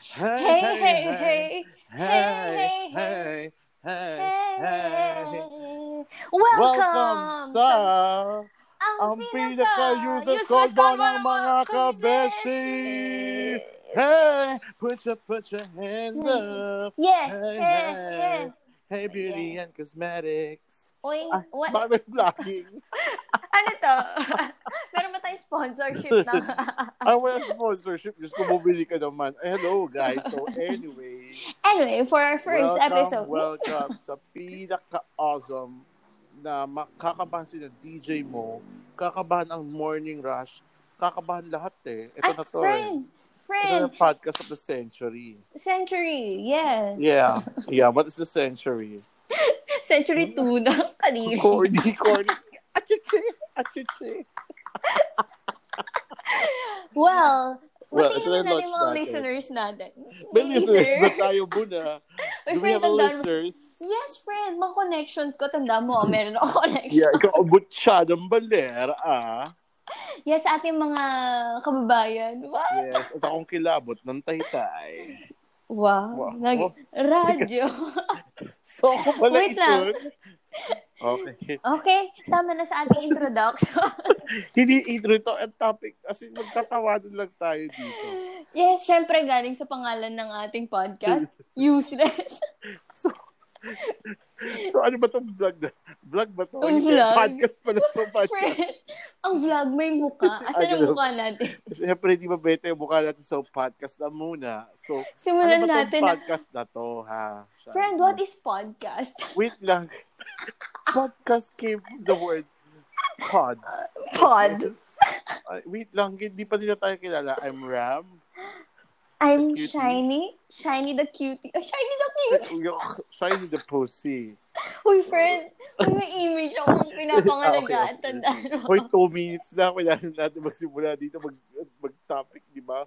Hey, hey, hey. Hey, hey, hey, hey. Hey. Welcome Welcome sa sa ang ang pinaka-user pinaka-user ko ko ba ng mga kabeshi. Hey, put your, put your hands up. Yeah, Hey, yeah, yeah. hey. Ah, Hey, beauty and cosmetics. Uy, what? Bakit vlogging? ano to? Meron ba tayong sponsorship na? Ay, wala sponsorship. Diyos ko, bumili ka naman. Ay, hello, guys. So, anyway. anyway, for our first welcome, episode. Welcome sa pinaka-awesome na makakabahan si na DJ mo, kakabahan ang morning rush, kakabahan lahat eh. Ito Ah, na to eh. friend, Ito na friend, yung podcast of the century. century, yes. Yeah. Yeah, what is the century? Century 2 na kanina. Corny, corny. Achiche, achiche. Well, Well, well ito na na yung natin yung mga launch listeners natin. May listeners ba tayo muna? Uy, Do we friend, have a tandaan mo- listeners? Yes, friend. Mga connections ko. Tanda mo, oh, meron ako connection. Yeah, ikaw abot siya ng baler, ah. Yes, ating mga kababayan. Wow. Yes, at akong kilabot ng taytay. Wow. Wow. Oh, Nag- Wow. radyo. So, ako pala Wait lang. ito. Okay. okay, tama na sa ating introduction. Hindi intro ito ang topic. As in, magtatawanan lang tayo dito. yes, syempre galing sa pangalan ng ating podcast, Useless. So, so ano ba itong vlog na? Vlog ba ito? Ang Hindi, vlog. Podcast pala ito. Podcast. friend, ang vlog may muka. Asan ang Ano? muka natin? Siyempre, hindi ba bete yung mukha natin sa podcast na muna. So, Simulan ano ba natin. itong na- podcast na to, ha? Siya. Friend, what is podcast? Wait lang. podcast came from the word pod. Pod. Ay, Wait lang, hindi pa nila tayo kilala. I'm Ram. I'm The cutie. Shiny. Shiny the cutie. Oh, Shiny the cutie. Yuck, Shiny the pussy. Uy, friend, uy, may image akong Ah, pinapangalagaan. okay, okay. Tandaan mo. Hoy, two minutes na. Kailangan natin magsimula dito, mag, mag-topic, di ba?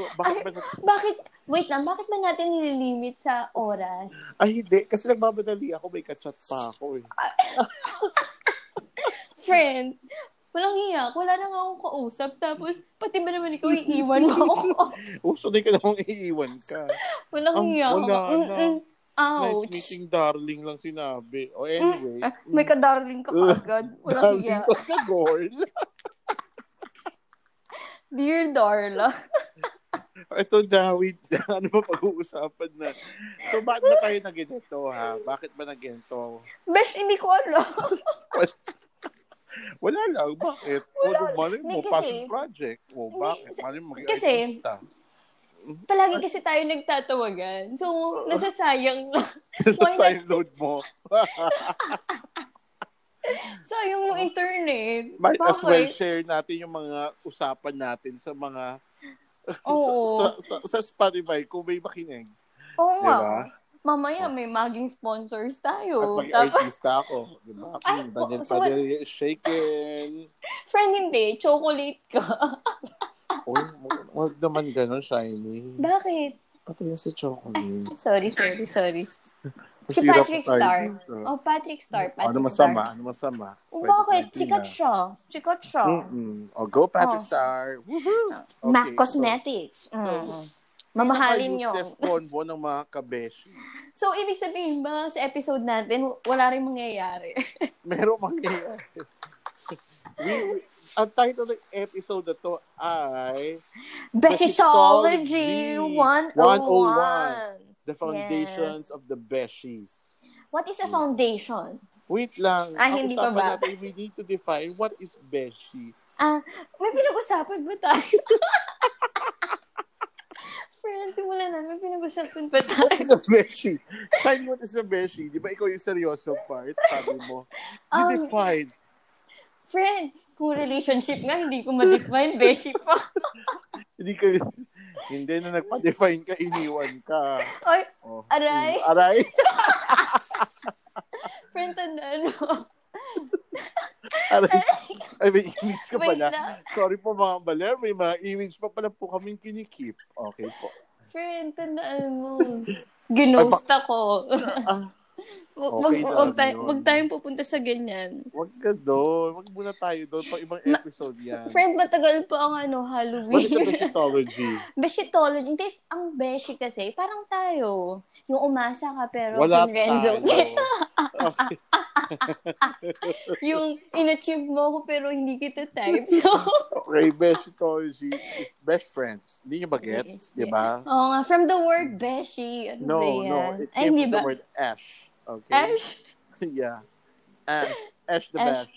So, bakit ba nat- Bakit, wait lang, bakit ba natin nililimit sa oras? Ay, hindi. Kasi nagmamadali ako. May kachat pa ako eh. Friend, walang hiyak, wala na nga akong kausap. Tapos, pati ba naman ikaw iiwan mo ako? Uso na Oh, ka lang iiwan ka. walang Ang hiyak. wala na. Mm-mm. Nice Ouch. meeting, darling lang sinabi. O anyway. Ah, May ka-darling ka kaagad. Walang Darling hiya. ko na girl. Dear Darla. Ito na, wait na. Ano ba pag-uusapan na? So, bakit ba tayo na ganito, ha? Bakit ba na ganito? Besh, hindi ko alam. Wala lang. Bakit? Wala. Wala. Malay mo, Hindi, kasi- passion project. O, bakit? Hindi, Malay mo, kasi- mag-artista. Palagi kasi tayo nagtatawagan. So, nasasayang lang. sa Why not- sideload mo. Sayang mo internet. eh, Might as well Bakit? share natin yung mga usapan natin sa mga Oo. sa, sa, sa, sa Spotify kung may makinig. Oo nga. Diba? Mamaya may maging sponsors At tayo. Tapos, mag-artista ako. Diba? Ay, Hmm, Daniel so- Padilla, shaken. friend, hindi. Chocolate ka. Uy, huwag naman ganun, Shiny. Bakit? Patay na si Chocolate. Sorry, sorry, sorry. Si Masira Patrick pa tayo Star. dito. Oh, Patrick Star. Patrick ano Star. masama? Ano masama? Oh, Pwede Bakit? pwede Sikat na. siya. Sikat siya. Mm-mm. O, go Oh. Patrick Star. Woohoo! Okay, MAC so, Cosmetics. so, Mm. Mamahalin sino nyo. ba useless convo ng mga kabeshi. So, ibig sabihin ba sa episode natin, wala rin mangyayari? Meron mangyayari. we, we, ang title ng episode na to ay Besitology Besitology 101. 101. The Yes. Foundations of the Beshies. What is a foundation? Wait lang. Ah, Ang hindi pa usapan ba? Natin, we need to define what is Beshi. Ah, may pinag-usapan ba tayo? Friends, simulan na. May pinag-usapan ba What tayo? is a Beshi? Sabi what is a Beshi? Di ba ikaw yung seryoso part? Sabi mo. You Um, define. Friend, kung relationship nga, hindi ko ma-define. Beshi pa. Hindi ka, hindi na nagpa-define ka, iniwan ka. Oy, Oh. aray. Mm, Aray. Friend, tandaan mo. Aray. Ay, may image ka Wait pala. lang. Sorry po mga baler, may mga image pa pala po kaming kinikip. Okay po. Friend, tandaan mo. Ginost ako. Ah, Wag, Okay na, wag, wag, tayo, yun. wag tayong pupunta sa ganyan. Huwag ka doon. Huwag muna tayo doon. Pang ibang Ma- episode yan. Friend, matagal pa ang ano, What is the Halloween. Egyptology? Beshitology. Hindi, ang beshi kasi, parang tayo. Yung umasa ka pero Wala pinrenzo. tayo. yung inachieve mo ako pero hindi kita type. So, Okay, Beshitology is best friends. Hindi niyo ba gets? Yeah. Di ba? oo nga, from the word beshi. Ano No, ba no. yan? It Ay, came hindi from ba? the word ash. Okay? Ash? yeah. Ash. Ash the Ash. Bash.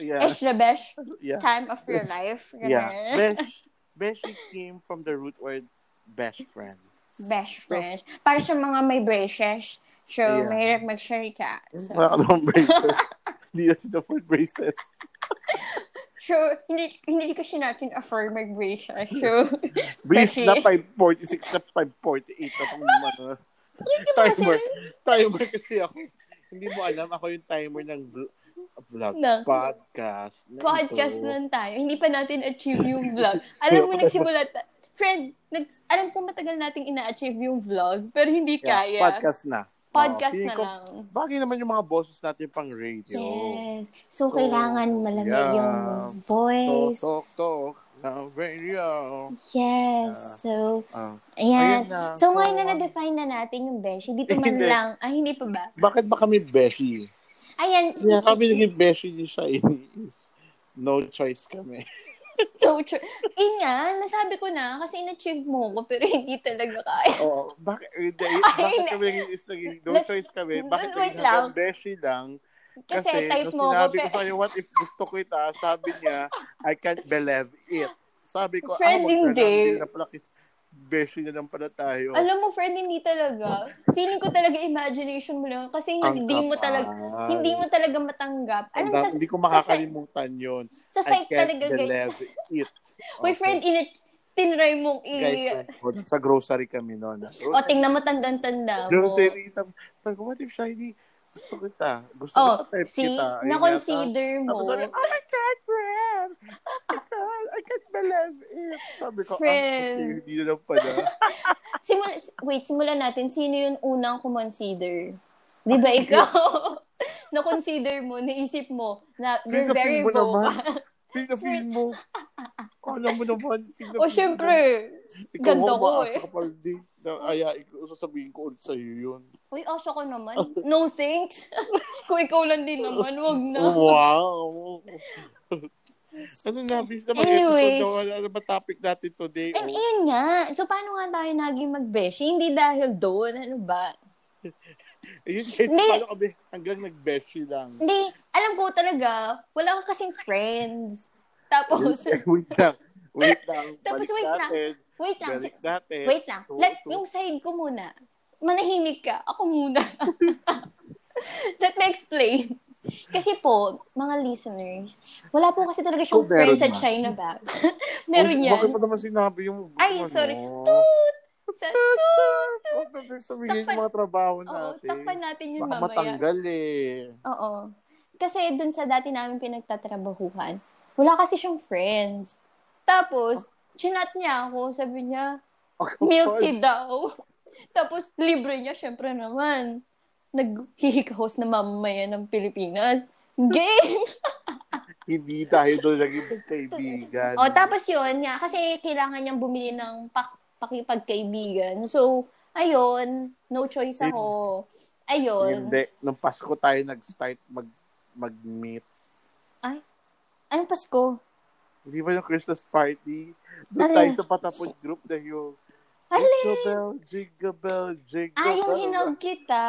Yeah. Ash na besh. Yeah. Time of your life. Yeah. Ganun. Besh. Beshi came from the root word best friend. Besh friends. Para sa mga may braces. So, Yeah. um, mahirap mag-share ka. So, Wala ka namang braces. Hindi na sinafford braces. so hindi, hindi kasi natin afford mag-braces. So, Breeze Beshi. na 546 na 548 na pang ano. hindi ba kasi Timer. Timer kasi ako. Hindi mo alam, ako yung timer ng vl- vlog. Ng- podcast. na podcast ito. lang tayo. Hindi pa natin achieve yung vlog. Alam mo, nagsimula ta- Friend, nag, alam ko matagal nating ina-achieve yung vlog, pero hindi Yeah, kaya. Podcast na. Podcast Oo, Ah, feeling na ko, lang. Bagay naman yung mga boses natin pang radio. Yes. So, So, kailangan malamig yeah. yung Talk, voice. talk, talk. Ng radio. Yes. Yeah. So, Ah. ayan. Ayun na. So, So, ngayon na um, na-define na natin yung beshi. Dito man Hindi. lang. Ah, hindi pa ba? bakit ba kami beshi? Ayan. Kaya kami naging beshi ni Shiny is no choice kami. So, true. Yun nga, nasabi ko na kasi in-achieve mo ko pero hindi talaga kaya. Oo. Bakit, hindi, bakit hindi. kami naging, is naging no Let's- choice kami? Dun- Bakit wait naging lang. hanggang beshi lang? Kasi, Kasi, type mo nung ko sinabi ko pero... sa'yo, what if gusto ko ita? Sabi niya, I can't believe it. Sabi ko, Friend, ah, wag na lang, hindi. hindi na pala kit- beshi na lang pala tayo. Alam mo, friend, hindi talaga. Feeling ko talaga imagination mo lang. Kasi Ang hindi mo kapal. talaga, ah. hindi mo talaga matanggap. Alam mo, Tanda- sa, hindi ko makakalimutan yun. sa I site can't talaga, guys. believe it. Uy, Okay. friend, in tinry mong i... Guys, friend, sa grocery kami noon. o, tingnan mo, tandang-tanda mo. Grocery, tam- sabi ko, what if Shiny, gusto kita. Gusto Oh, kita, type see, kita. Ayun yata. na-consider mo. Tapos sabi, oh my God, friend! Oh my God, I can't believe it! Sabi ko, Friend. ah, okay, hindi na lang pala. "Ah!" Simula, wait, simulan natin. Sino yung unang kumonsider? Di ba ikaw? na-consider mo, naisip mo, na you're Feel na feel very mo naman. vocal. Feel na feel mo. Alam mo naman. Feel na o, feel mo. Oh, syempre. Ikaw, ganda ho, ko maasa eh. ka pala di. Na- Aya, ikaw, sasabihin ko ulit sa'yo yun. Uy, aso ko naman. No thanks. Kung ikaw lang din naman, wag na. Wow! ano na, bis naman Anyway. episode na, ano ba topic natin today? And Oh, yun nga. So, paano nga tayo naging magbeshi? Hindi dahil doon. Ano ba? ayun guys, Hindi. paano kami hanggang nag-beshi lang. Hindi. Alam ko talaga, wala ko kasing friends. Tapos, wait lang. Wait lang. Tapos Balik wait lang. natin. wait lang. Balik natin. Wait lang. Two, Let, two. yung side ko muna. Manahimik ka. Ako muna. Let me explain. Kasi po, mga listeners, wala po kasi talaga siyang Oh, meron friends sa na. China bag. meron Uy, yan. Bakit mo naman sinabi yung... Ay, ano? sorry. Toot! Sa toot! Huwag natin sabihin Takpan- yung mga trabaho Oo, natin. takpan natin yun Baka mamaya. matanggal eh. Oo. Kasi dun sa dati namin pinagtatrabahuhan, wala kasi siyang friends. Tapos, Ah. chinat niya ako, sabi niya, Ako, milk tea daw. Tapos, libre niya, syempre naman. Naghihikahos na mamaya ng Pilipinas. Game! Hindi tayo doon naging magkaibigan. o, tapos yun nga, kasi kailangan niyang bumili ng pak pakipagkaibigan. So, ayun, no choice ako. Ayun. Hindi. Nung Pasko tayo nag-start mag mag-meet. Anong Pasko? Hindi ba yung Christmas party? Alin? Doon tayo sa patapon group na yung Jingle Alin! bell, jingle bell, jingle Ah, yung bell. hinog kita.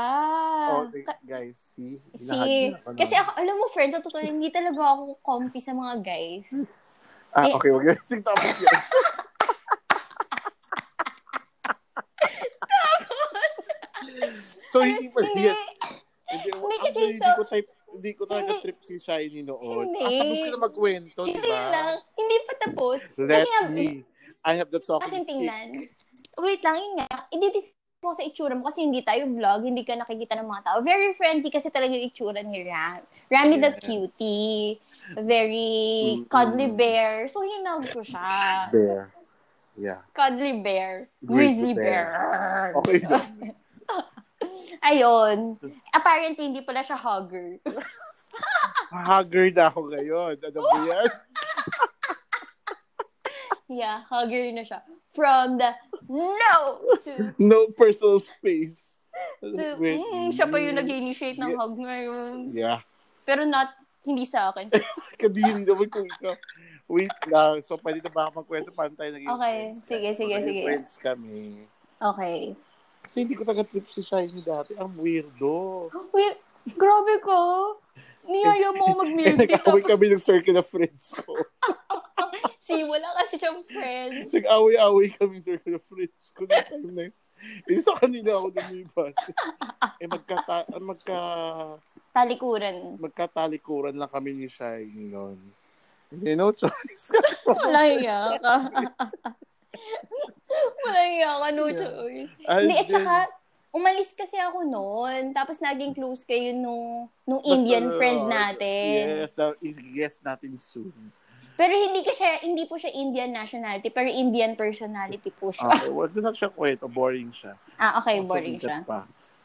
Oh, okay, guys, see? ano? Si, Hinahagin ako na. Ah, kasi ako, alam mo, friend, sa totoo, lang, hindi talaga ako comfy sa mga guys. Ah, eh- okay, wag yun. Sige, tapos yan. So, hindi pala Hindi. yan. Hindi, Hindi kasi actually, so- hindi ko type, hindi ko talaga Hindi. trip si Shiny noon. Hindi. At tapos ko na magkwento, di Hindi ba? lang, hindi pa tapos. Let kasi nga, me. I have the talk. kasi tingnan. Wait lang, yun nga, hindi mo sa itsura mo kasi hindi tayo vlog, hindi ka nakikita ng mga tao. Very friendly kasi talaga yung itsura ni Ram. Rami the Yes. cutie, very Mm-mm. cuddly bear. So, hinog ko siya. There. Yeah. Cuddly bear. Grizzly Grizzly bear. Okay. Ayun. Apparently, hindi pala siya hugger. Hugger na ako ngayon. Ano ba yan? Yeah, hugger na siya. From the no to, No personal space. to With mm, siya pa yung you. nag-initiate ng hug ngayon. Yeah. Pero not, hindi sa akin. Kadiri naman kung ikaw. Wait lang. So, pwede na ba ako magkwento? Paano tayo naging Okay. friends? Sige, sige, Naging sige. Friends kami. Okay. Kasi hindi ko taga-trip si Shiny dati. Ang weirdo. Wait, grabe ko. Niyaya mo ako mag-milk tea. Nag-away tapos- kami ng circle of friends ko. Si, wala kasi siyang friends. Nag-away-away kami ng circle of friends ko noong time na yun. Eh, sa kanila ako lumipas. eh, magkata, magka, Talikuran. magkatalikuran lang kami ni Shiny noon. Hindi, no choice. Malaya ka. Malaya ka, no Yeah. choice. And Hindi, at then, saka, umalis kasi ako noon. Tapos naging close kayo nung, nung basta- oh, Indian friend natin. Yes, na, i-guess natin soon. Pero hindi ka siya, hindi po siya Indian nationality, pero Indian personality po siya. Okay, wag na lang siya kwento. Boring siya. Ah, okay, Mas boring mabigat siya. Pa.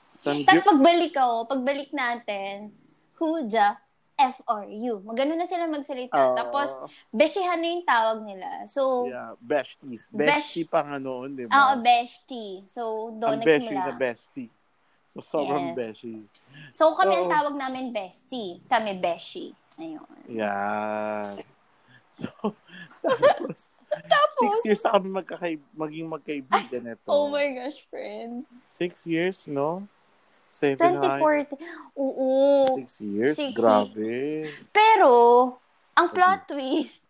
San Tapos pagbalik ako, pagbalik natin, who the F or you? Magano na sila magsalita. Tapos, beshihan na yung tawag nila. So, Ah. oh, yeah, besties. Besh- Bestie pa nga noon, di ah, ba? bestie. So, doon Ang bestie na nagsimula. bestie. So, Yes. sobrang bestie. So, kami So- ang tawag namin bestie. Kami beshi. Ayun. Yan. So, tapos, six years na kami magkakaib- maging magkaibigan ito. Oh my gosh, friend. Six years, no? Seven, nine, 2014. Oo. Six years? Six Grabe. Pero, ang plot twist,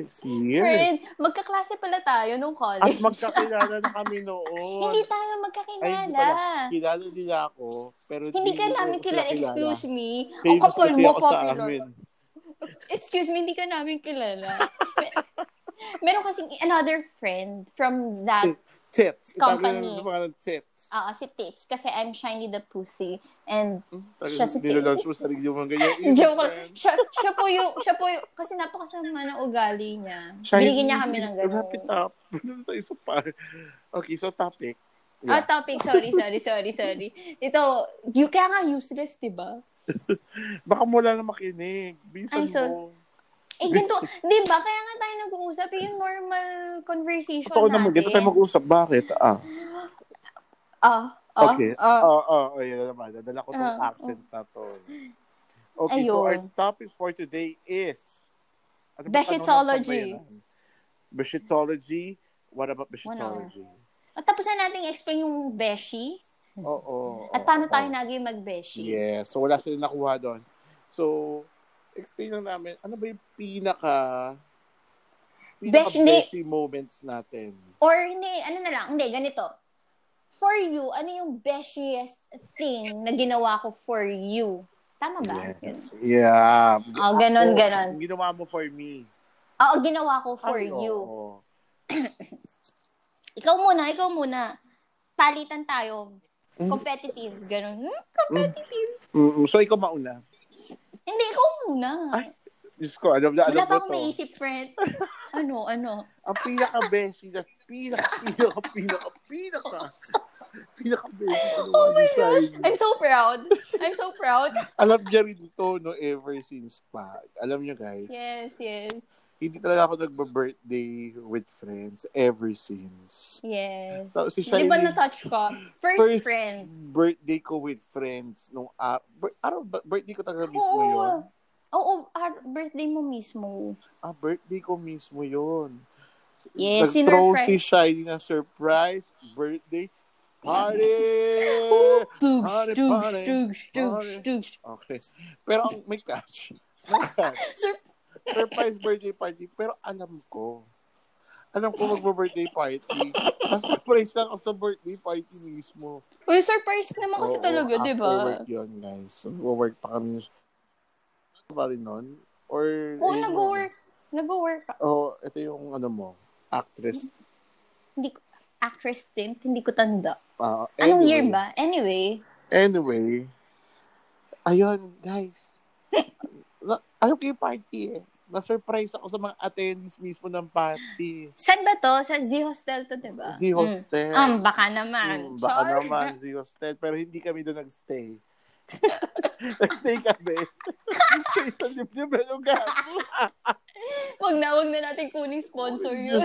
Six years. friend, magkaklase pala tayo nung At college. magkakilala na kami noon. Hindi tayo Ay, hindi magkakilala. pala. Kilala nila ako, pero Hindi ka nila namin ako sila kilala. Excuse me. O Famous kapal kasi mo, ako sa amin. popular. Excuse me, hindi ka namin kilala. Mer- Meron kasing another friend from that. Tits. Company. Itago namin sa pangalan Tits. Ah, si Tits. Kasi I'm Shiny the Pussy. And Talagang siya si Tits. Nilalaunch mo sarili mo ng ganyan. Eh, joke lang. friend. Siya, siya po yung, siya po yung, kasi napakasama ng ugali niya. Siya Binigyan yung- niya kami ng Wrap it gano'n. up. Ano tayo sa par? Okay, so topic. Ah, Yeah. topic. Sorry, sorry, sorry, sorry. Ito, you kaya nga useless, di ba? Baka mo wala na makinig. Bisan Ay, so- mo. Eh, ganito, di ba? Kaya nga tayo nag-uusap. eh, Yung normal conversation Totoo natin. naman, ganito tayo mag-usap. Bakit? Ah, Ah, ah, okay. Oo, ah. oo, oo, yun na naman. Dadala ko tong Ah, accent na to. Okay, so Ayun. our topic for today is... Ano ba tanong ng Beshitology. sabayan? Beshitology? What about beshitology? At tapos na natin explain yung beshi. Oo. oo, At paano oo. tayo naging mag-beshi. Yeah. So, wala sila nakuha doon. So, explain lang namin, ano ba yung pinaka Best- hindi. pinaka-beshy moments natin? Or hindi, ano na lang. Hindi, ganito. For you, ano yung beshiest thing na ginawa ko for you? Tama ba? Yeah. Yun. Yeah. Oh, ganon, Ako, ganon. yung Ginawa mo for me. Oo, ginawa ko for Ay, you. oo. Ikaw muna, ikaw muna. Palitan tayo. Mm. Competitive. Ganon. Hmm, competitive. Mm, so, ikaw mauna. Hindi, ikaw muna. Ay, Diyos ko, alam na, alam Wala pa mo akong to. maisip, friend. ano, ano? Ang pinaka-beshy na pinaka, pinaka, pinaka, pinaka, pinaka-beshy. Oh my gosh! I'm so proud. I'm so proud. Alam niya rin to, no, ever since pa. Alam niyo, guys. Yes, yes. hindi talaga ako nagbe-birthday with friends ever since. Yes. Tapos si Di ba Shailene- na-touch ko? First, First- friend. Birthday ko with friends nung a- bir- araw ba- birthday ko talaga mismo Oo. yon. Oo, ah, birthday mo mismo. Ah, birthday ko mismo yon. Yes, Nag-throw sinurprise. si Shiny ng surprise birthday party! Tugs, Pare, tugs, pare, tugs, tugs, pare. tugs. okay. Pero ang may catch. May catch. Sir, surprise birthday party. Pero alam ko, alam ko magbe-birthday party. Mas surprise lang ako sa birthday party mismo. uy, surprise naman kasi Oo, talaga, di ba? After work yun, guys. So, work pa kami. Ano Pa rin nun? Or... Oo, ayun nag-work. Nag-work. ka. yun. Oo, ito yung ano mo, actress. Hindi ko, actress din, hindi ko tanda. Ah, Anong anyway. year ba? Anyway, Anyway, ayun, guys. Na- ano kayo party eh? na-surprise ako sa mga attendees mismo ng party. Saan ba to? Sa Z Hostel to, diba? Z Hostel. Mm. Um, baka naman. Mm, baka Char. naman, Z Hostel. Pero hindi kami doon nag-stay. nag-stay kami. sa isang dibdib ano, na lugar. Wag na, wag na natin kuning sponsor yun. Oh,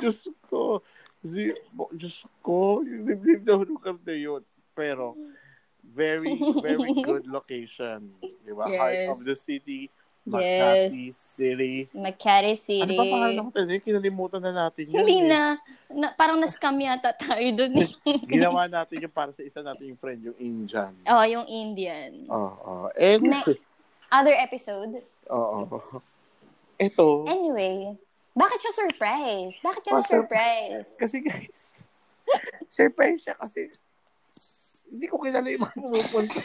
Diyos, Diyos ko. Z, Diyos ko. Yung dibdib na lugar na yun. Pero, very, very good location. Di ba? Heart Yes. of the city. Yes. Makati City. Makati Ano City. pa pangalan ng hotel? Eh, Kinalimutan na natin yun. Hindi eh. na, na. Parang na-scam yata tayo dun. eh. Ginawa natin yung para sa isa natin yung friend, yung Indian. oh, yung Indian. Oo. And, Oh. Na- Other episode. oo. Ito, Anyway, bakit siya surprise? Bakit ka Oh, na-surprise? kasi guys, surprise siya kasi hindi ko kilala yung mga pumupunta.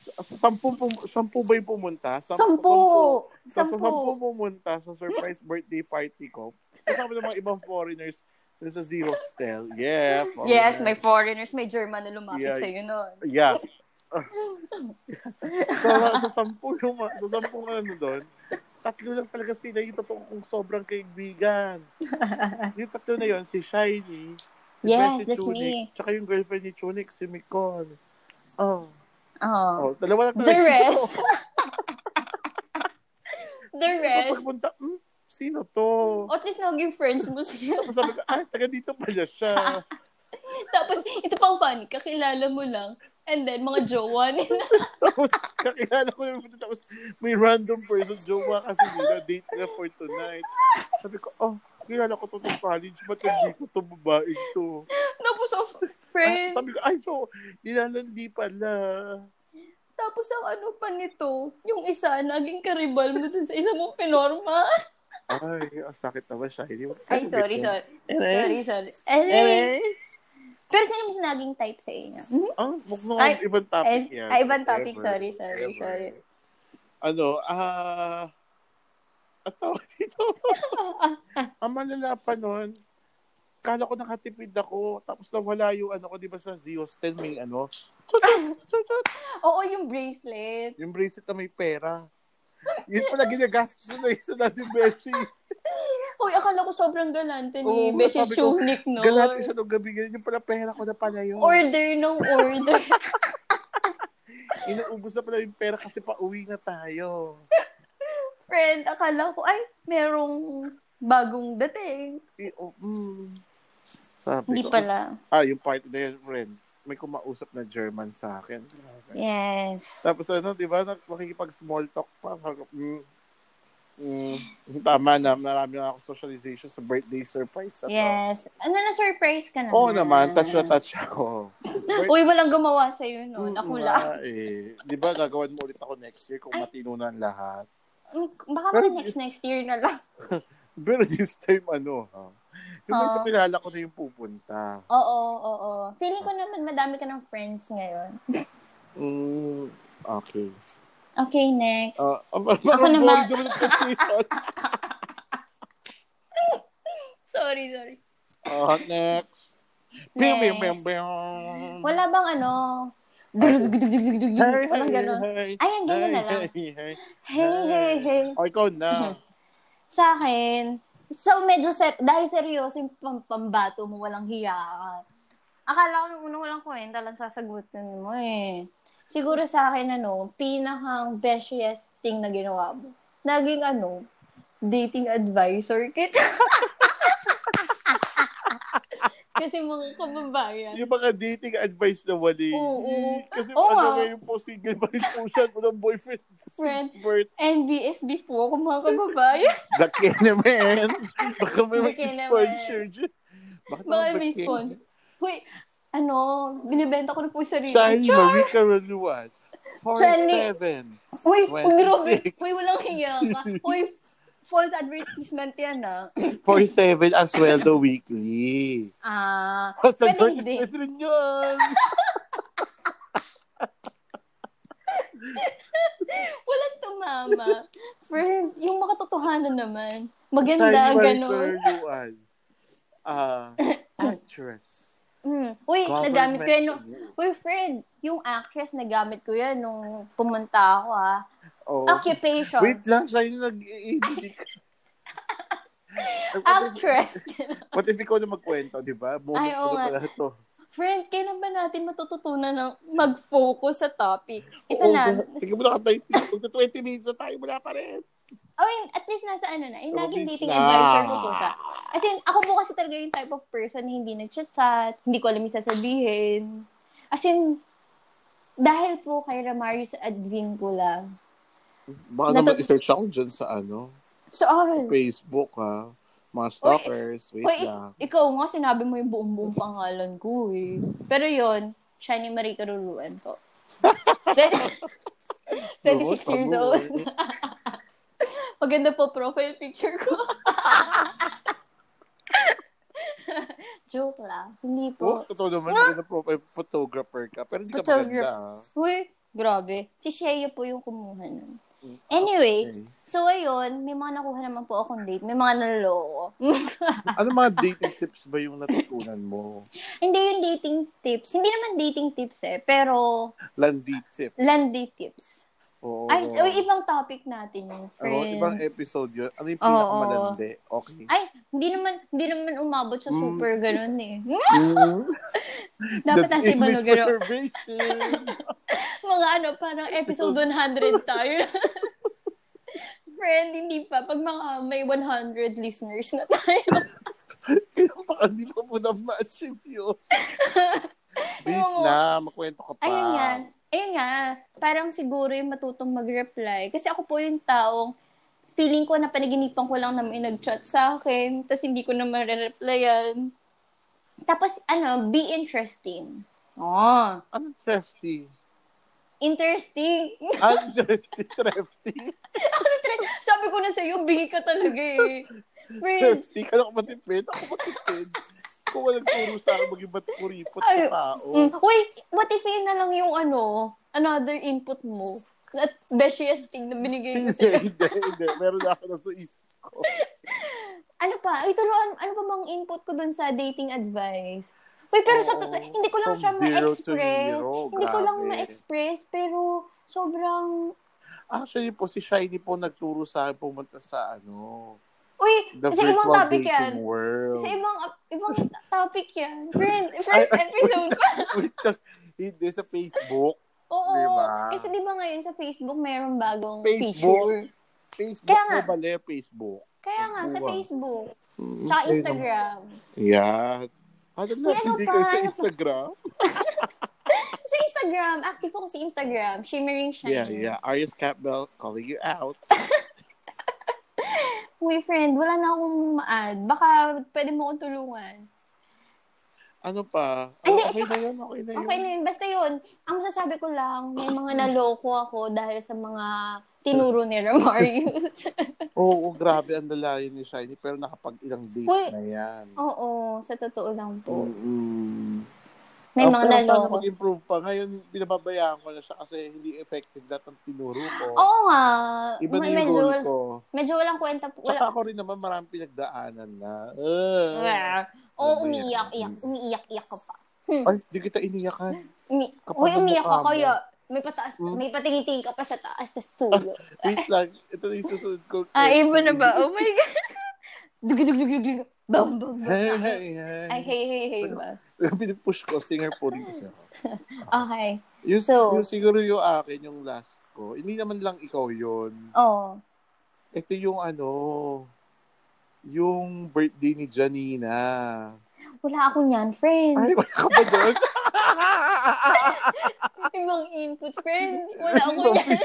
sa, sa sampu, pum- sampu ba yung pumunta? Sam- Sampu! Sa, sa sampu Sampu! pumunta sa surprise birthday party ko. Kasama ng mga ibang foreigners dun sa Z Hostel. Yeah. Yes, foreigners. may foreigners, may German na lumapit Yeah. sa'yo nun. Yeah. sa, sa sampu yung mga- sa sampu ano doon, tatlo lang talaga sila yung totoo kong sobrang kaibigan. Yung tatlo na yun, si Shiny, si Yes, Beth, si that's Chunik, me. tsaka yung girlfriend ni Chunik, si Micol. Oh. Oh. oh dalawa lang The talaga. rest. The Tapos rest. pagpunta, hmm, sino to? At least naging friends mo siya. Tapos sabi ko, ah, taga dito pala siya. Tapos, ito pang funny, kakilala mo lang. And then, mga jowa nila. tapos, kakilala ko naman ito. Tapos, may random person, jowa kasi nila, date na for tonight. Sabi ko, oh, kilala ko to ng college, ba't hindi ko to babaeng to? Tapos, of Ah, friends. sabi ko, ay, so, nilalandi pala. Tapos, ang ano pa nito, yung isa, naging karibal mo dun sa isa mong pinorma. Ay, ang sakit naman siya. Hindi mo- Ay, sorry, sorry. Eh? Sorry, Anyway. sorry. Anyway. Anyway. Pero sino mas naging type sa inyo? Hmm? Ah, wag na, Ay, ibang topic ay- yan. ay, ibang topic. Whatever. Sorry, sorry, Whatever. sorry. Ano, ah, ang tawag dito. ang malala pa nun, kala ko nakatipid ako, tapos nawala yung ano ko, di ba sa Z Hostel may ano, Oo, yung bracelet. yung bracelet na may pera. Yun pala ginagastos na yung sa natin, Beshi. Uy, akala ko sobrang galante ni Oo, Beshi sabi ko, Chunik, no? Galati siya nung gabi, ganyan yung pala pera ko na pala yun. Order ng order. Inuubos na pala yung pera kasi pauwi na tayo. Friend, akala ko, ay, merong bagong dating. Eh, oh, mm. Sabi Hindi ko, pala. Ah, yung party na yun, friend. May kumausap na German sa akin. Yes. Tapos ano, di ba, nak- makikipag-small talk pa. Sabi ko, mm, mm, tama na, marami na ako socialization sa birthday surprise. Ano. Yes. Ano na surprise ka naman? Oo naman, touch na touch ako. Uy, walang gumawa sa iyo noon. Ako Mm, lang. nga Eh. Di ba, gagawan mo ulit ako next year kung Ay. matino na ang lahat. Mm, Baka Pero mga next next year na lang. Pero this time, ano, ha? Yung may Ah. kakilala ko na yung pupunta. Oo, oo, Feeling ko naman madami ka ng friends ngayon. Mm, okay. Okay, next. Ah, um, parang naman. boring naman ang conversation. Sorry, sorry. Ah, next. Bing, bing, bing, Next. bing. Wala bang ano? Hey, Walang hey, ganon. hey. Ay, ang ganyan na lang. Hey, hey, Hey, hey, hey. O, Oh, ikaw na. Sa akin, so medyo ser- dahil seryoso yung pam- pambato mo, walang hiya ka. Akala ko nung unang walang kwenta lang sasagutin mo eh. Siguro sa akin, ano, pinakang bestiest thing na ginawa mo. Naging ano, dating advisor kita. Kasi mga kababayan. Yung mga dating advice na wali. Oo. Kasi Oo ano nga. nga yung posting game pa rin po siya ko ng boyfriend. Friend. Birth. NBSB po ako mga kababayan. Laki naman. Baka may Laki naman. mag-sponsor dyan. Bakit Baka may baki? sponsor. Huy, ano, binibenta ko na po yung sarili. Shiny Char! Marie Caraluan. Shiny. 47. Uy, uy, 26. grabe. Uy, walang hiya ka. Uy, false advertisement yan, ah. 47 ang sweldo weekly. Ah, Basta Pwede doon hindi. is rin yun. walang tumama. Friend, yung mga totohanan naman. Maganda, gano'n. Caraluan. Ah, actress. Mm. Uy, Government nagamit ko yan. nung- award. Uy, friend, yung actress, nagamit ko yan nung pumunta ako, ah. Oh. Occupation. Wait lang, siya yung nag-ABG ka. what, if, Actress. what if ikaw na magkwento, di ba? Moment Ay, oo ko na nga. pala to. Friend, kailan ba natin matututunan ng mag-focus sa topic? Ito Oo, na. ga- Tingnan mo na ka 20 minutes na tayo, wala pa rin. Oh, and at least nasa ano na. Yung Oh, laging please dating na. advisor ko po siya. As in, ako po kasi talaga yung type of person na hindi nag-chat-chat, hindi ko alam yung sasabihin. As in, dahil po kay Ramarius Advin ko lang. Baka Natu- naman i-search ako dyan sa ano, So, okay. Facebook ha. Mga stalkers, wait Uy, lang. ikaw nga, sinabi mo yung buong-buong pangalan ko eh. Pero yun, siya ni Marie Karuluan po. 26 years Tamo, old. eh. Maganda po profile picture ko. Joke lang. Hindi Oh, po. totoo naman, hindi na profile photographer ka. Pero hindi ka maganda. Photographer. ah. Uy, grabe. Si Shea po yung kumuha nun. Anyway, Mm, Okay. so ayun, may mga nakuha naman po akong date. May mga naloloko. Ano mga dating tips ba yung natutunan mo? Hindi yung dating tips. Hindi naman dating tips eh, pero Landi tip. landy tips. Oo. Ay, uy, ibang topic natin yun, Oo, friend. ano, ibang episode yun. Ano yung Oo. pinakamalandi? Okay. Ay, hindi naman, hindi naman umabot sa Mm. super ganun eh. Mm. Dapat That's nasa ibang English lugar. reservation. mga ano, parang episode 100 tayo. Friend, hindi pa. Pag mga may 100 listeners na tayo. Kaya baka hindi pa po na-massive yun. Please Ewan ko. na, makwento ka pa. Ayun nga. Ayun nga. Parang siguro yung matutong mag-reply. Kasi ako po yung taong feeling ko na panaginipan ko lang na may nag-chat sa akin. Tapos hindi ko na mare-replyan. Tapos, ano, be interesting. Oh, Ano thrifty? interesting. Ano thrifty? Thrifty? Sabi ko na sa'yo, bingi ka talaga eh. Friend, Thrifty? Ka na ako matipid? Ako matipid. Kung walang turo sa akin, maging matikuripot sa Ay, tao. Mm. Wait, what if yun na lang yung ano, another input mo? At beshiest thing na binigay mo Hindi, sa'yo. hindi, hindi. Meron na ako na sa isip ko. ano pa? Ay, tuloy, ano pa bang input ko dun sa dating advice? Wait, pero sa Oo. totoo, hindi ko lang From siya zero to ma-express. hero, Hindi ko lang grabe. ma-express, pero sobrang... Actually po, si Shiny po nagturo sa akin pumunta sa ano, Uy, the sa ibang virtual topic dating yan. world. Sa ibang ibang topic yan. Friend, first Ay, ay, episode pa. Wait lang. Hindi, sa Facebook. Oo. Diba? Kasi di ba ngayon sa Facebook mayroong bagong Facebook. feature. Facebook Kaya nga. po bali, Facebook. Kaya nga, sa Diba? Facebook. Tsaka Instagram. Yeah. Ano na, Uy, ano hindi pa? kayo sa Ano pa? Instagram? Sa Instagram, active ako sa Instagram. Shimmering Shine. Yeah, yeah. Arias Campbell calling you out. Uy, friend, wala na akong ma-add. Baka pwede mo akong tulungan. Ano pa? Ah, Hindi, okay na yun, okay na yun. Okay na yun. Basta yun. Ang masasabi ko lang, may mga naloko ako dahil sa mga tinuro ni Romarius. Oo, grabe ang lalayo ni Shiny. Pero nakapag-ilang date Uy. Oh. na yan. Oo, sa totoo lang po. Mm-mm. May mga Hmm. Ah, pero sana naloko. mag-improve pa. Ngayon, binababayaan ko na siya kasi hindi effective lahat ng tinuro ko. Oo nga. Iba Oh, na May- yung medyo, role ko. medyo walang kwenta. po- Tsaka Wala. ako rin naman maraming pinagdaanan na. Uh, Oo, Ano ba yan? umiiyak-iyak. Umiiyak-iyak ka pa. ay, di kita iniyakan. Umi- Kapag Uy, ang umiyak mukha ako mo. Hmm? yun. May pataas, may patigiting ka pa sa taas, tas tulo. Wait lang. Ito na yung susunod ko. Ah, iba na ba? Oh my gosh. Dug, dug, dug, dug, dug. Bam, bam, bam. Hey, hey, hey. Ay, hey, hey, hey ba? Pinipush ko. Singer po rin kasi ako. Okay. Yung, So- yung siguro yung akin, yung last ko. Hindi naman lang ikaw yun. Oh. Ito yung ano, yung birthday ni Janina. Wala ako niyan, friend. Ay, wala ka ba doon? Ibang input, friend. Wala ako niyan.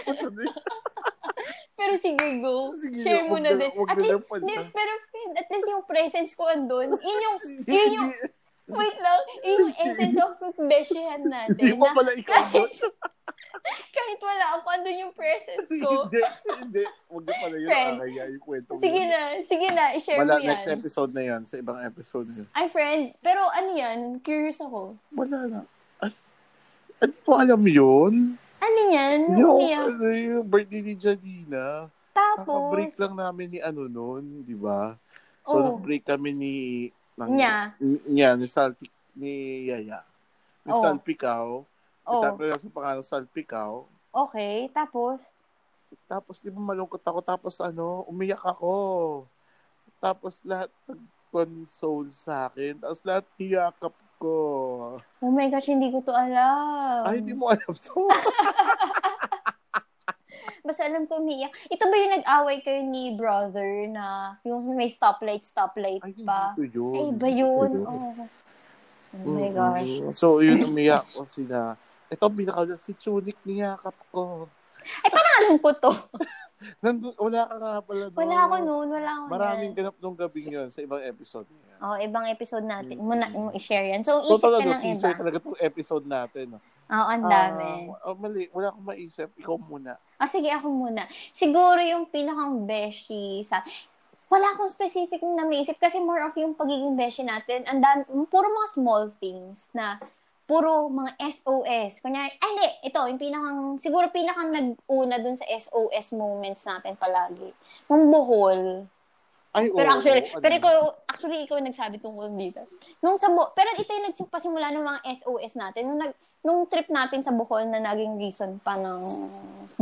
Pero sige, go. Sige, Share mo wag na na- din. wag At na least, lang pala. di, pero friend, at least yung presence ko andun. Yun yung, Hindi, yun yung, hindi, wait lang, yun yung essence of beshihan hindi natin. mo Na pala ikaw doon. kahit wala ako, andun yung presence ko. Hindi, hindi. Huwag na pala yun. Oh. Friend. Nakakaya yung kwento mo. Sige na, sige na, i-share Wala, mo yan. next episode na yan. Sa ibang episode na yun. Ay, friend, pero ano yan? Curious ako. Wala na. Ay, hindi ko alam yun. Ano yan? Yung, Umiyak. ano, yung birthday ni Janina. Kaka-break Tapos, lang namin ni ano noon, di ba? So, Oh. nag-break kami ni... Ng, Niya. N- niya, ni Salti, ni Yaya. Ni Oh. Salpicao. oh, Itapos lang sa pangalan Salpicao. okay. Tapos, Tapos, di ba malungkot ako? Tapos, ano, umiyak ako. Tapos, lahat nag-console sa akin. Tapos, lahat niyakap ko. Oh my gosh, hindi ko to alam. Ay, di mo alam to. Basta alam ko umiiyak. Ito ba yung nag-away kayo ni brother na yung may stoplight, stoplight Ay, hindi pa? ko yun. Ay, ba Hindi ko yun? Oh. Oh my Mm, gosh. mm. So, yun, umiyak ko sila. Ito, pinaka si Chunik niyakap ko. Alam ko to. Nandun, wala ka nga pala doon. Wala ako noon, wala ako Maraming noon. ganap nung gabing yun sa ibang episode niya. Oh, ibang episode natin. Mm. Muna, mo i-share yan. So, isip ka Total ano, ng iba. teaser talaga itong episode natin. no? Oo, ang dami. Ah, oh, mali, wala akong maisip. Ikaw muna. Ah, sige, ako muna. Siguro yung pinakang beshi sa... Wala akong specific na naisip kasi more of yung pagiging beshi natin. Ang dami, puro mga small things na puro mga SOS. Kunyari, ay, hindi, ito, yung pinakang, siguro pinakang nag-una dun sa SOS moments natin palagi. Yung Bohol. Ay, Pero oo, actually, oo, pero ano. ikaw, actually ikaw yung nagsabi tungkol dito. Nung sa Bo- pero ito yung nagsimula ng mga SOS natin. Nung, nag, nung trip natin sa Bohol na naging reason pa ng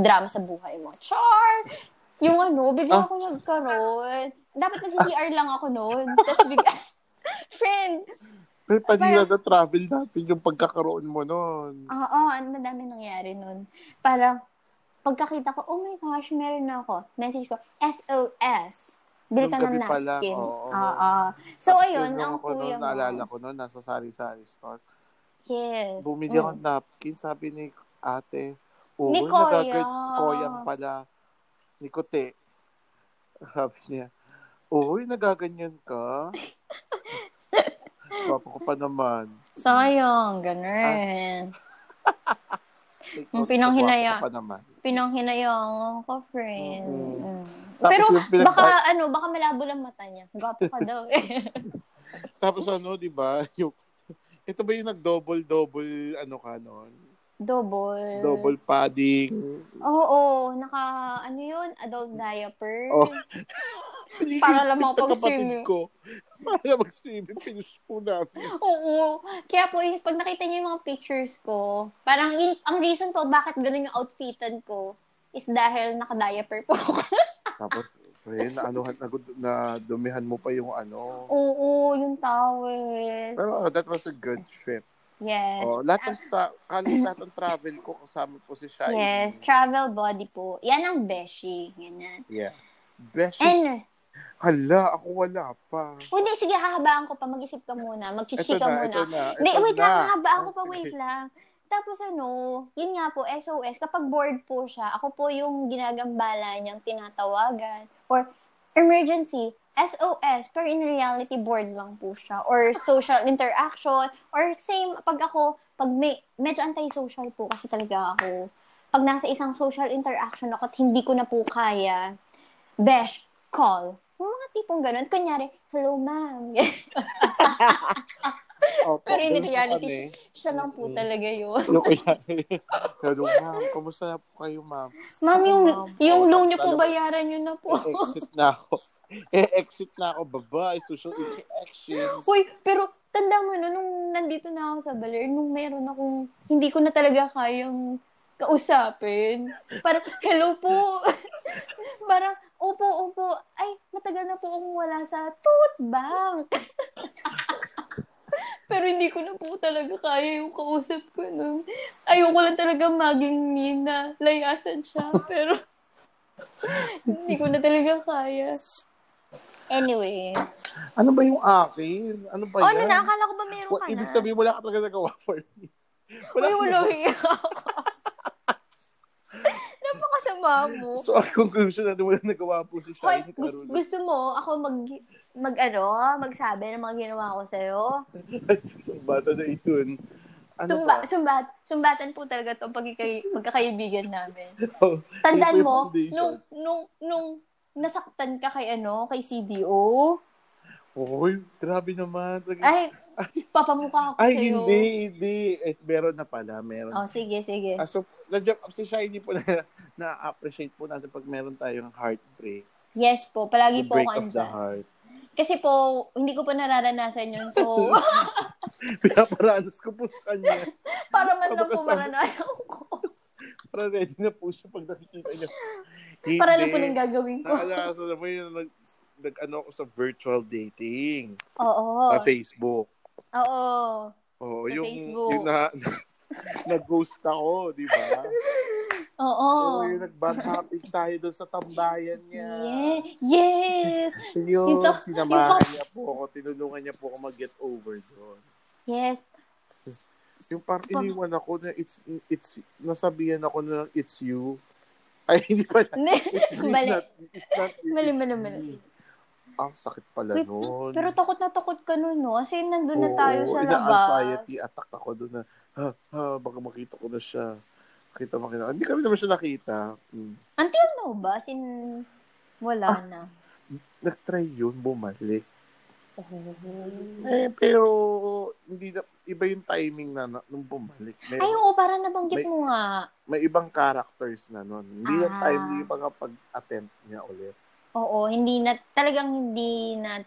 drama sa buhay mo. Char! Yung ano, bigla Ah. ako nagkaroon. Dapat nag-CR lang ako noon. Tapos bigla, friend, Ano Pero panira na travel natin yung pagkakaroon mo noon. Oo, ang madami nangyari nun. Parang, pagkakita ko, oh my gosh, meron na ako. Message ko, SOS. Bili ka ng Nung gabi pa lang, napkin. oo. Oo. So, Tapos ayun, yung ang ako kuya noon, mo. Naalala ko noon, nasa sari-sari store. Yes. Bumili Mm. ako ng napkin, sabi ni ate. Oo, Ni nagagad- Koyang. Koyang pala. Ni Kote. Sabi niya, Uy, nagaganyan ka? Papa ko pa naman. Sayang, Ah. ganun. Yung pinanghinayaan. Papa ko pa naman. Pinanghinayangan ko, friend. Mm-mm. Mm. Tapos Pero, yung pinag- baka, ano, baka malabo lang mata niya. Gwapo ka daw eh. Tapos ano, di ba? Yung, ito ba yung nag-double-double ano ka noon? Double. Double padding. Oo, naka, ano yun? Adult diaper. Oh. Para lang Yung makapag-swimming. kapatid ko. Para mag-swimming. Finish po namin. Oo. Kaya po, yung- pag nakita niyo yung mga pictures ko, parang yun, ang reason po bakit ganun yung outfitan ko is dahil naka-diaper po ako. Tapos, friend, na, ano, na, na dumihan mo pa yung ano. Oo, yung towel. Pero oh, that was a good trip. Yes. Oh, lahat ng tra- halos lahat ng travel ko kasama po si Shai. Yes, travel body po. Yan ang beshi. Ganyan. Yeah. Best. And, Hala, ako wala pa. hindi, sige, hahabaan ko pa. Mag-isip ka muna. Ito Mag-chichika na, muna. ito na. Hindi, ito wait na. Oh, lang, hahabaan ko pa, Sige. wait lang. Tapos ano, yun nga po, SOS, kapag bored po siya, ako po yung ginagambala niyang tinatawagan. Or, emergency, SOS, pero in reality, bored lang po siya. Or social interaction, or same, pag ako, pag may, medyo anti-social po kasi talaga ako. Pag nasa isang social interaction ako at hindi ko na po kaya, besh, call. Yung mga tipong ganun. Kunyari, hello ma'am. Opo, Pero in ganun po reality, kami. siya lang po Mm-mm. talaga yun. Oh, Yung kuya. Hello, ma'am. Kamusta na po kayo, ma'am? Ma'am, yung, Ma'am. Eh, yung Oh, loan niyo po lalo- bayaran niyo na po. exit na ako. E-exit na ako. Bye-bye. Social interaction. Uy, pero tanda mo no, nung nandito na ako sa Baler, nung meron akong, hindi ko na talaga kayang kausapin. Parang, hello po. Parang, opo, opo. Ay, matagal na po akong wala sa tooth bank. pero hindi ko na po talaga kaya yung kausap ko nun. Ayoko lang talaga maging mean na layasan siya. Pero, hindi ko na talaga kaya. Anyway. Ano ba yung akin? Ano ba Oh, ano yan? na? Akala ko ba meron Wa- ka Ibig na? sabihin, wala ka talaga nagawa for me. Wala Uy, ka wala nagawa. hiya ako. Napakasama mo. So, ang conclusion natin, wala nagawa po si Hoy, Shai. ni gusto, Carol. gusto mo ako mag, mag ano, magsabi ng mga ginawa ko sa'yo? So, bata na itun. Ano Sumba, ba? sumbat, sumbatan po talaga to pag magkakaibigan namin. Oh, Tandaan yun mo, po yung foundation. nung, nung, nung nasaktan ka kay ano, kay CDO, Uy, grabe naman. Talaga- ay, papamukha ako Ay, sa'yo. hindi, hindi. Eh, meron na pala, meron. Oh, sige, sige. Ah, so, nandiyan, si Shiny po na, na-appreciate po natin pag meron tayong heartbreak. Yes po, palagi The po break ako of the andyan. heart. Kasi po, hindi ko pa nararanasan yun, so... Pinaparanas ko po sa kanya. Para man lang Kapag po kasama- maranasan ko. Para ready na po siya pag nakikita niya. Hindi. Para lang po nang gagawin ko. Naalala ko na ba yun, nag, nag-ano ako sa virtual dating Oo. sa Facebook. Oo. Oo, Oh. Sa yung, Facebook. yung na, nag-ghost ako, di ba? Oo. Oo, yung nag-backhopping tayo doon sa tambayan niya. Yeah. Yes. Yung Yun, to- yung sinamahan pa- niya po ako, tinulungan niya po ako mag-get over doon. Yes. Yung parang Pa- iniwan ako na it's, it's, nasabihan ako na it's you. Ay, hindi pa na. Hindi. It's Mali. not, it's not you, Mali, it's mali, mali. me. Ang sakit pala Wait, nun. Pero takot na takot ka nun, no? Kasi nandun na Oo, tayo sa labas. Ina-anxiety attack ako doon na, ha, ha, baka makita ko na siya. Kita makita. Hindi kami naman siya nakita. Mm. Until now Ano ba? Sin... Wala Ah. na. Nag-try yun, bumalik. Oh. Eh, pero, hindi na, iba yung timing na, na nung bumalik. May, Ay, oo, parang nabanggit May- mo nga. may ibang characters na nun. Hindi na Ah. time yung mga pag-attempt niya ulit. Oo, hindi na, talagang hindi na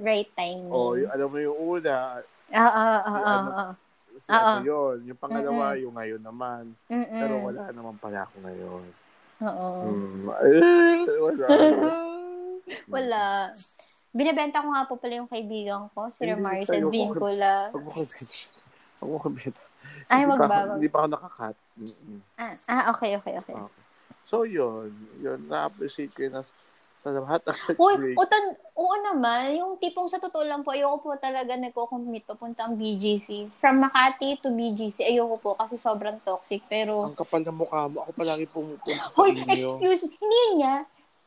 right time. O, yung, alam mo yung una, Ah, ah, ah, Yung ah, ano- ah. si Oo. ano yun. Yung pangalawa, yung ngayon naman. Mm-mm. Pero wala naman pala ako ngayon. Oo. Mm. Eh, wala. Mm. wala. Binebenta ko nga po pala yung kaibigan ko, si Hindi, Romarius at sa'yo ko- Vincula. Huwag mo kami. Huwag mo kami. Ay, Hindi pa wag ba, ako- wag. Hindi pa ako nakakat. Mm-mm. Ah, ah, okay, okay, okay. Okay. So, yun. Yun, na-appreciate ko yun as- sa lahat. Uy, utan, oo naman, yung tipong sa totoo lang po, ayoko po talaga nagko-commit papunta ang BGC. From Makati to BGC, ayoko po kasi sobrang toxic. Pero, Ang kapal ng mukha mo. Ako palagi pumupunta sa hoy, inyo. excuse, hindi yun nga.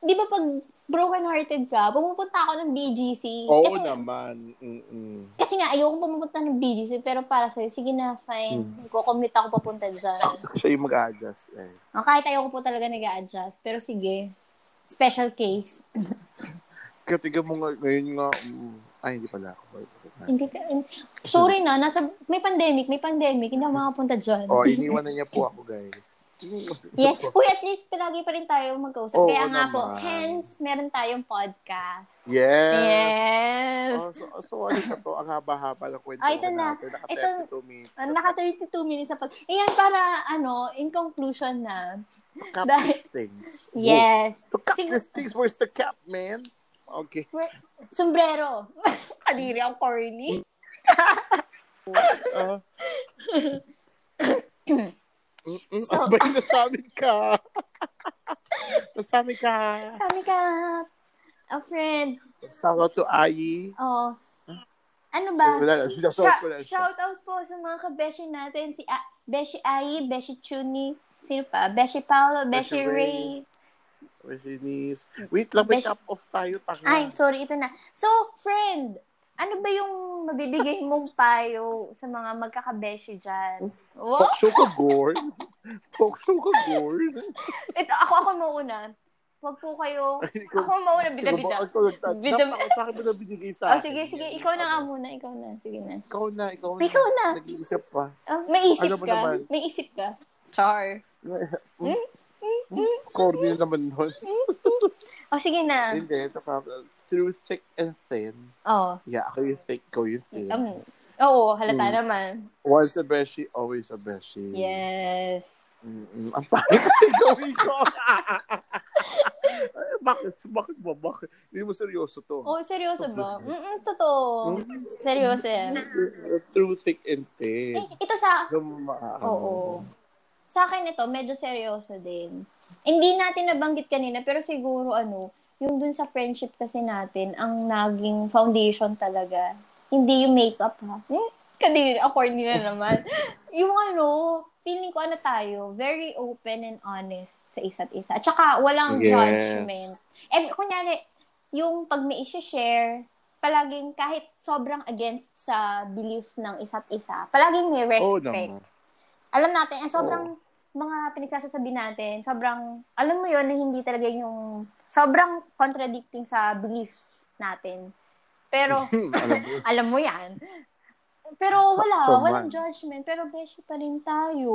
Di ba pag broken-hearted ka, pumupunta ako ng BGC. Oo kasi, naman. Mm-mm. kasi nga, ayoko pumupunta ng BGC, pero para sa'yo, sige na, fine. Hmm. Nagko-commit ako papunta dyan. Siya yung mag-adjust. Eh. O, Oh, kahit ayoko po talaga nag adjust pero sige. Special case. Katiga mo nga, ngayon nga, mm, ay, hindi pala ako. Hindi ka, sorry na, nasa, may pandemic, may pandemic, hindi ako makapunta dyan. O, oh, iniwan na niya po ako, guys. Yes. Uy, at least palagi pa rin tayo magkausap. Oo Kaya nga po, naman. hence, meron tayong podcast. Yes! Yes. Oh, so, so, ano na to? Ang haba-haba ng kwento Ah, ito natin. na. Ito- Naka 32 minutes. Ah, Naka 32 minutes na pag... Ayan, para, ano, in conclusion na. Cap Dahil- things. Whoa. Yes. To cap Sig- these things, where's the cap, man? Okay. Sombrero. Kadiri, ang Mm. corny. Uh, Mm-mm. So- Abay, nasamin ka. nasamin ka. Sabi ka, a friend. Shout out to Ayi. Oh. Ano ba? Hmm. Wala na. Sinasort ko lang Shou- siya. Shout out po sa mga kabeshi natin. Si A- Beshi Ayi, Beshi Chuni, sino pa? Beshi Paolo, Beshi Beshi Ray. Ray. Virginis. Wait lang, may Besh- cap off tayo. Taka. Ay, sorry, ito na. So, friend, ano ba yung mabibigay mong payo sa mga magkakabeshi dyan? Oh, Wow! Talk show ka, Gord. Talk show ka, Gord. Ito, ako, ako mauna. Huwag po kayo. Ay, ikaw- Ako mauna, Ikaw ba- bida-bida. Ikaw nagtat- Bida- Dapat ako sa akin mo na binigay sa Oh, akin. sige, sige. Ikaw na nga muna. Ikaw na. Sige na. Ikaw na, ikaw na. Ikaw na. Nag-iisip pa. Oh, may isip Ano ba ka. naman? May isip ka. Char. Hmm? Corny naman nun. Oh, sige na. Hindi, ito pa. Through thick and thin. Oh. Yeah, ako yung thick, ikaw yung thin. Um, oo, halata Mm. naman. Once a beshi, always a beshi. Yes. Mm-mm. Ang pangit ng gawin ko. bakit? Bakit ba? Bakit? Hindi mo seryoso to. Oh, seryoso ba? Mm-mm, totoo. Seryoso yan. Through thick and Eh, thin. ano. ito sa Lumaan. Oo. Sa akin ito, medyo seryoso din. Hindi natin nabanggit kanina, pero siguro ano, yung dun sa friendship kasi natin, ang naging foundation talaga. Hindi yung makeup ha. Hmm? Kadiri, according na naman. yung ano, feeling ko ano tayo, very open and honest sa isa't isa. At saka, walang Yes. judgment. And kunyari, yung pag may isi-share, palaging kahit sobrang against sa belief ng isa't isa, palaging may Oo respect naman. alam natin, ang sobrang mga pinagsasabi natin, sobrang, alam mo yun, na hindi talaga yung, sobrang contradicting sa beliefs natin. Pero, Hmm, Alam mo, alam mo yan. Pero wala, Tama. walang judgment. Pero beshi pa rin tayo.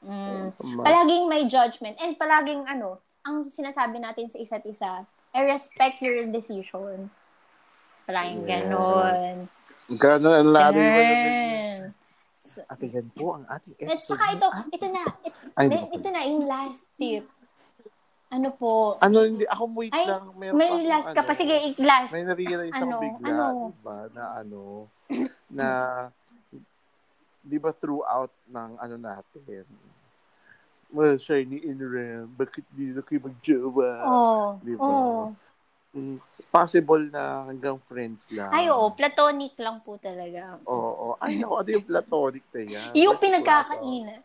Mm. tama. Palaging may judgment. And palaging ano, ang sinasabi natin sa isa't isa, I respect your decision. Palaging Yes. ganon. Ganun ang lari mo. Ganon. At yan po ang ating At episode. Ah, saka ito, ito na, Ay, Then, naku. ito na yung last tip. Ano po? Ano, hindi, ako wait Ay, lang. Meron May pa akong last ka ano. pa. Sige, i- last. May na-realize Ano? ako bigla, Ano? diba, na ano, na, di ba throughout ng ano natin, well, shiny in rem, bakit di na kayo magjowa? Oo. Di ba? Oo. Mm, Possible na hanggang friends lang. Ay, oo. Platonic lang po talaga. Oo. Ay, naku, ano yung platonic na yan? Yung Nasa pinagkakainan.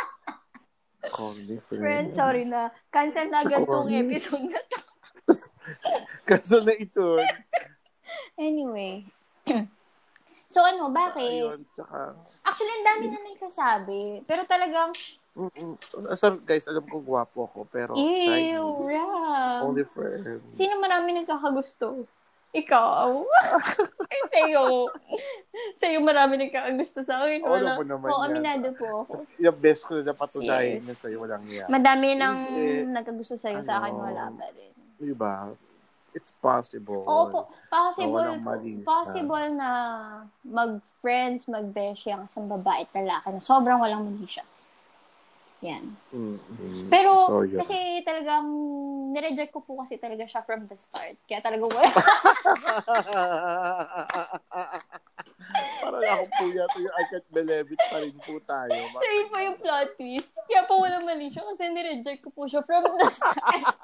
plato. Corny friend. Friend, sorry na. Cancel na agad tong episode na to. Kaso na ito. Anyway. so ano, bakit? Ayun, tsaka, Actually, ang dami na nagsasabi. Pero talagang, Mm-mm. Sir, mm, guys, alam ko gwapo ako, pero shiny. ew, Ram. Only friends. Sino marami nagkakagusto? Ikaw. Ay, Eh, sa'yo. Sa'yo marami nagkakagusto sa akin. Oo, Wala. alam ko naman Oo, yan. aminado po ako. Yung best ko na napatunayan Yes. niya sa'yo, walang iya. Madami nang Hindi. nagkagusto sa'yo sa akin. Ano? Wala pa rin. Diba? It's possible. Oo po. Possible, Walang mali sa- possible na mag-friends, mag-beshi ang isang babae at lalaki na sobrang walang mali siya. Yan. Mm-mm. Pero, So, yun. kasi talagang, nireject ko po kasi talaga siya from the start. Kaya talaga wala. Parang ako po yata yung I can't believe it pa rin po tayo. Ma- So, yun po yung plot twist. Kaya po walang mali siya kasi nireject ko po siya from the start.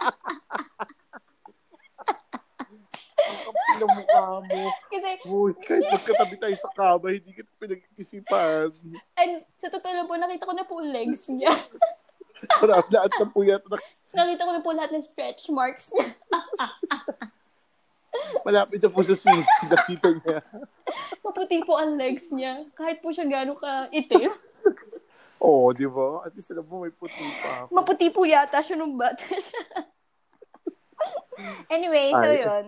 Ang kapal ng mukha mo. kasi, Uy, kahit magkatabi tayo sa kama, hindi kita pinag-isipan. and, sa totoo lang po, nakita ko na po yung legs niya. Parang lahat na po yata na nakita ko na po lahat ng stretch marks niya. malapit na po sa switch. Nakita niya. Maputi po ang legs niya. Kahit po siya gano'n ka itim. Oo, di ba? At least alam mo, may puti pa ako. Maputi po yata siya nung bata siya. anyway, so Ay. yun.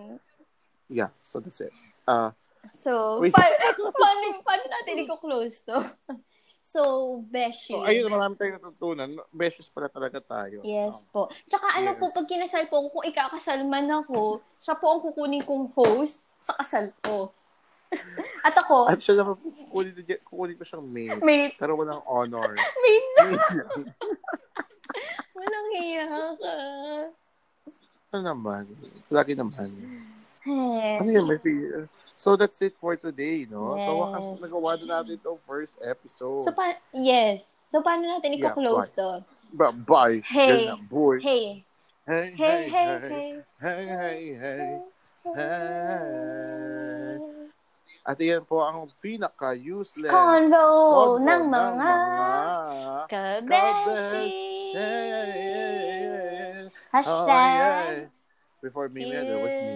Yeah, so that's it. Ah, So, Wait. pa- paano, paano natin i-close to? so, Beshi. so, ayun, marami tayong natutunan. Beses pala talaga tayo. Yes po. Tsaka ano Yes. po, pag kinasal po ako, kung ikakasal man ako, siya po ang kukunin kong host sa kasal ko. At ako, At siya naman, kukunin, na niya- kukunin ko siyang maid. mate, Pero walang honor. mate na. Walang hiya ka. ano naman? Lagi naman. Eh, Ano yun, may feel? So that's it for today, no? So Yes. wakas nagawa na natin itong first episode. So, pa- yes. So, paano natin Yeah, i-close to? Ba- Bye. Hey. Yan na, boy. Hey. Hey, Hey, hey, hey. Hey, hey, hey. Hey. hey. At yan po ang pinaka-useless Convo convo ng mga mga kabeshi. Kabeshi. Oh, yeah. Hashtag. Before me, yeah, there was me.